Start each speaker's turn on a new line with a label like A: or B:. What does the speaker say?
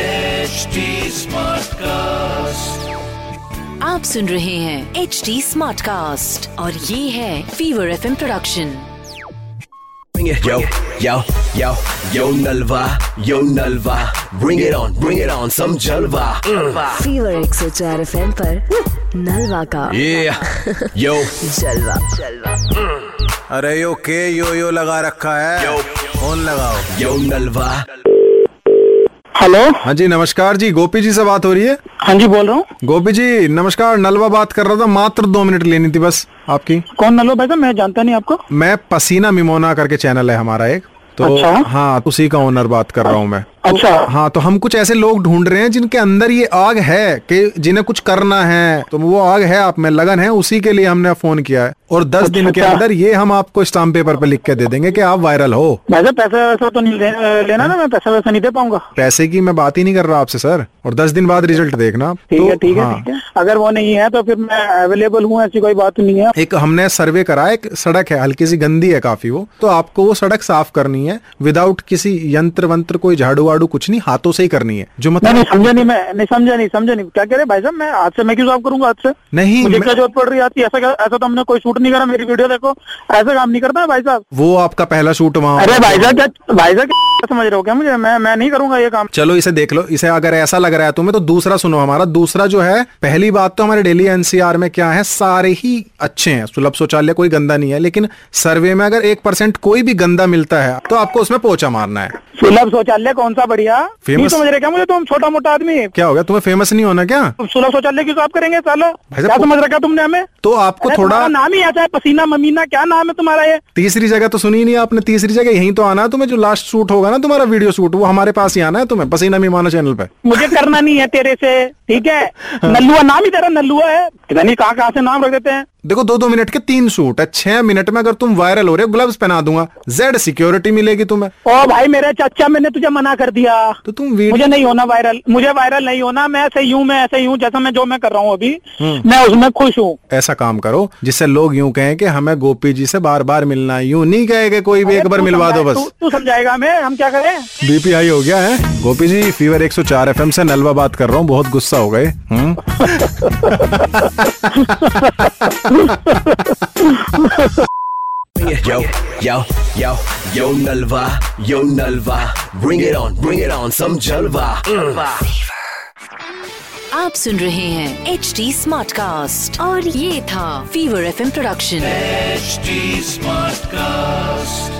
A: HD Smartcast.
B: आप सुन रहे हैं एच डी स्मार्ट कास्ट और ये है fever F production
C: Bring it. Yo, yo, yo, yo Nalva, yo Nalva. Bring it on, bring it on, some Jalva. Mm.
B: Fever एक सौ चार एफ एम नलवा का
C: Yeah, yo,
B: जलवा जलवा
D: अरे यो के यो यो लगा रखा है
C: Yo.
D: फोन लगाओ
C: yo Nalva.
E: हेलो
D: हाँ जी नमस्कार जी गोपी जी से बात हो रही है
E: हाँ जी बोल रहा हूँ
D: गोपी जी नमस्कार नलवा बात कर रहा था मात्र दो मिनट लेनी थी बस आपकी
E: कौन नलो भाई साहब मैं जानता नहीं आपको
D: मैं पसीना मिमोना करके चैनल है हमारा एक तो
E: अच्छा।
D: हाँ उसी का ओनर बात कर रहा हूँ मैं
E: अच्छा
D: हाँ तो हम कुछ ऐसे लोग ढूंढ रहे हैं जिनके अंदर ये आग है कि जिन्हें कुछ करना है तो वो आग है आप में लगन है उसी के लिए हमने फोन किया है और दस दिन के
E: अच्छा।
D: अंदर ये हम आपको स्टाम्प पेपर पे लिख के दे देंगे कि आप वायरल हो
E: भाई साहब पैसा वैसा तो नहीं ले, लेना ना मैं पैसा वैसा नहीं दे पाऊंगा
D: पैसे की मैं बात ही नहीं कर रहा आपसे सर और दस दिन बाद रिजल्ट देखना आप।
E: ठीक
D: तो,
E: है ठीक है
D: हाँ।
E: ठीक है अगर वो नहीं है तो फिर मैं अवेलेबल हूँ ऐसी कोई बात नहीं है
D: एक हमने सर्वे करा एक सड़क है हल्की सी गंदी है काफी वो तो आपको वो सड़क साफ करनी है विदाउट किसी यंत्र वंत्र कोई झाड़ू वाड़ू कुछ नहीं हाथों से ही करनी है जो
E: नहीं
D: मतलब
E: नहीं समझा नहीं मैं नहीं समझा नहीं समझा नहीं क्या कह रहे हैं भाई साहब मैं हाथ से मैं क्यों साफ करूंगा हाथ से
D: नहीं,
E: मुझे
D: मैं-
E: क्या जरूरत पड़ रही है हाथ की? ऐसा क्या- ऐसा तो हमने कोई शूट नहीं करा मेरी वीडियो देखो ऐसा काम नहीं करता है भाई साहब
D: वो आपका पहला शूट वहाँ
E: अरे
D: होगा।
E: भाई साहब क्या भाई साहब क्या समझ रहे हो क्या मुझे मैं मैं नहीं करूंगा ये काम
D: चलो इसे देख लो इसे अगर ऐसा लग रहा है तुम्हें तो दूसरा सुनो हमारा दूसरा जो है पहली बात तो हमारे डेली एनसीआर में क्या है सारे ही अच्छे हैं सुलभ शौचालय कोई गंदा नहीं है लेकिन सर्वे में अगर एक परसेंट कोई भी गंदा मिलता है तो आपको उसमें पोचा मारना है
E: सुलभ शौचालय कौन सा बढ़िया नहीं
D: Famous-
E: समझ रहे क्या मुझे तुम छोटा मोटा आदमी
D: क्या हो गया तुम्हें फेमस नहीं होना क्या
E: सुलभ शौचालय की आप करेंगे साला
D: साहब,
E: क्या समझ रखा तुमने हमें
D: तो आपको
E: अरे
D: थोड़ा
E: तुम्हारा नाम ही ऐसा है पसीना ममीना क्या नाम है तुम्हारा ये
D: तीसरी जगह तो सुनी ही नहीं आपने तीसरी जगह यहीं तो आना है तुम्हें जो लास्ट शूट होगा ना तुम्हारा वीडियो शूट वो हमारे पास ही आना है तुम्हें पसीना मीमाना चैनल पे
E: मुझे करना नहीं है तेरे से ठीक है
D: हाँ।
E: नल्लुआ नाम ही तेरा नल्लुआ है पता नहीं कहाँ कहाँ से नाम रख देते हैं
D: देखो दो दो मिनट के तीन शूट है छह मिनट में अगर तुम वायरल हो रहे हो ग्लव्स पहना दूंगा जेड सिक्योरिटी मिलेगी तुम्हें
E: ओ भाई मेरे चाचा मैंने तुझे मना कर दिया
D: तो तुम वीडियो
E: मुझे नहीं होना वायरल मुझे वायरल नहीं होना मैं ऐसे ही हूँ मैं ऐसे ही हूँ जैसा मैं जो मैं कर रहा हूँ अभी
D: हम्म।
E: मैं उसमें खुश हूँ
D: ऐसा काम करो जिससे लोग यूं कहें कि हमें गोपी जी से बार बार मिलना है यूं नहीं कहे कि कोई भी एक
E: अरे
D: बार
E: तू तो
D: मिलवा दो
E: समझा-
D: बस
E: तू- तू समझाएगा हमें हम क्या करें
D: बीपी हाई हो गया है गोपी जी फीवर 104 एफएम से नलवा बात कर रहा हूँ बहुत गुस्सा हो गए हम्म
C: Bring it. Yo, yo, yo, yo Nalva, yo Nalva. Bring it on, bring it on, some Jalva. Mm.
B: आप सुन रहे हैं एच डी स्मार्ट कास्ट और ये था fever F production
A: HD Smartcast.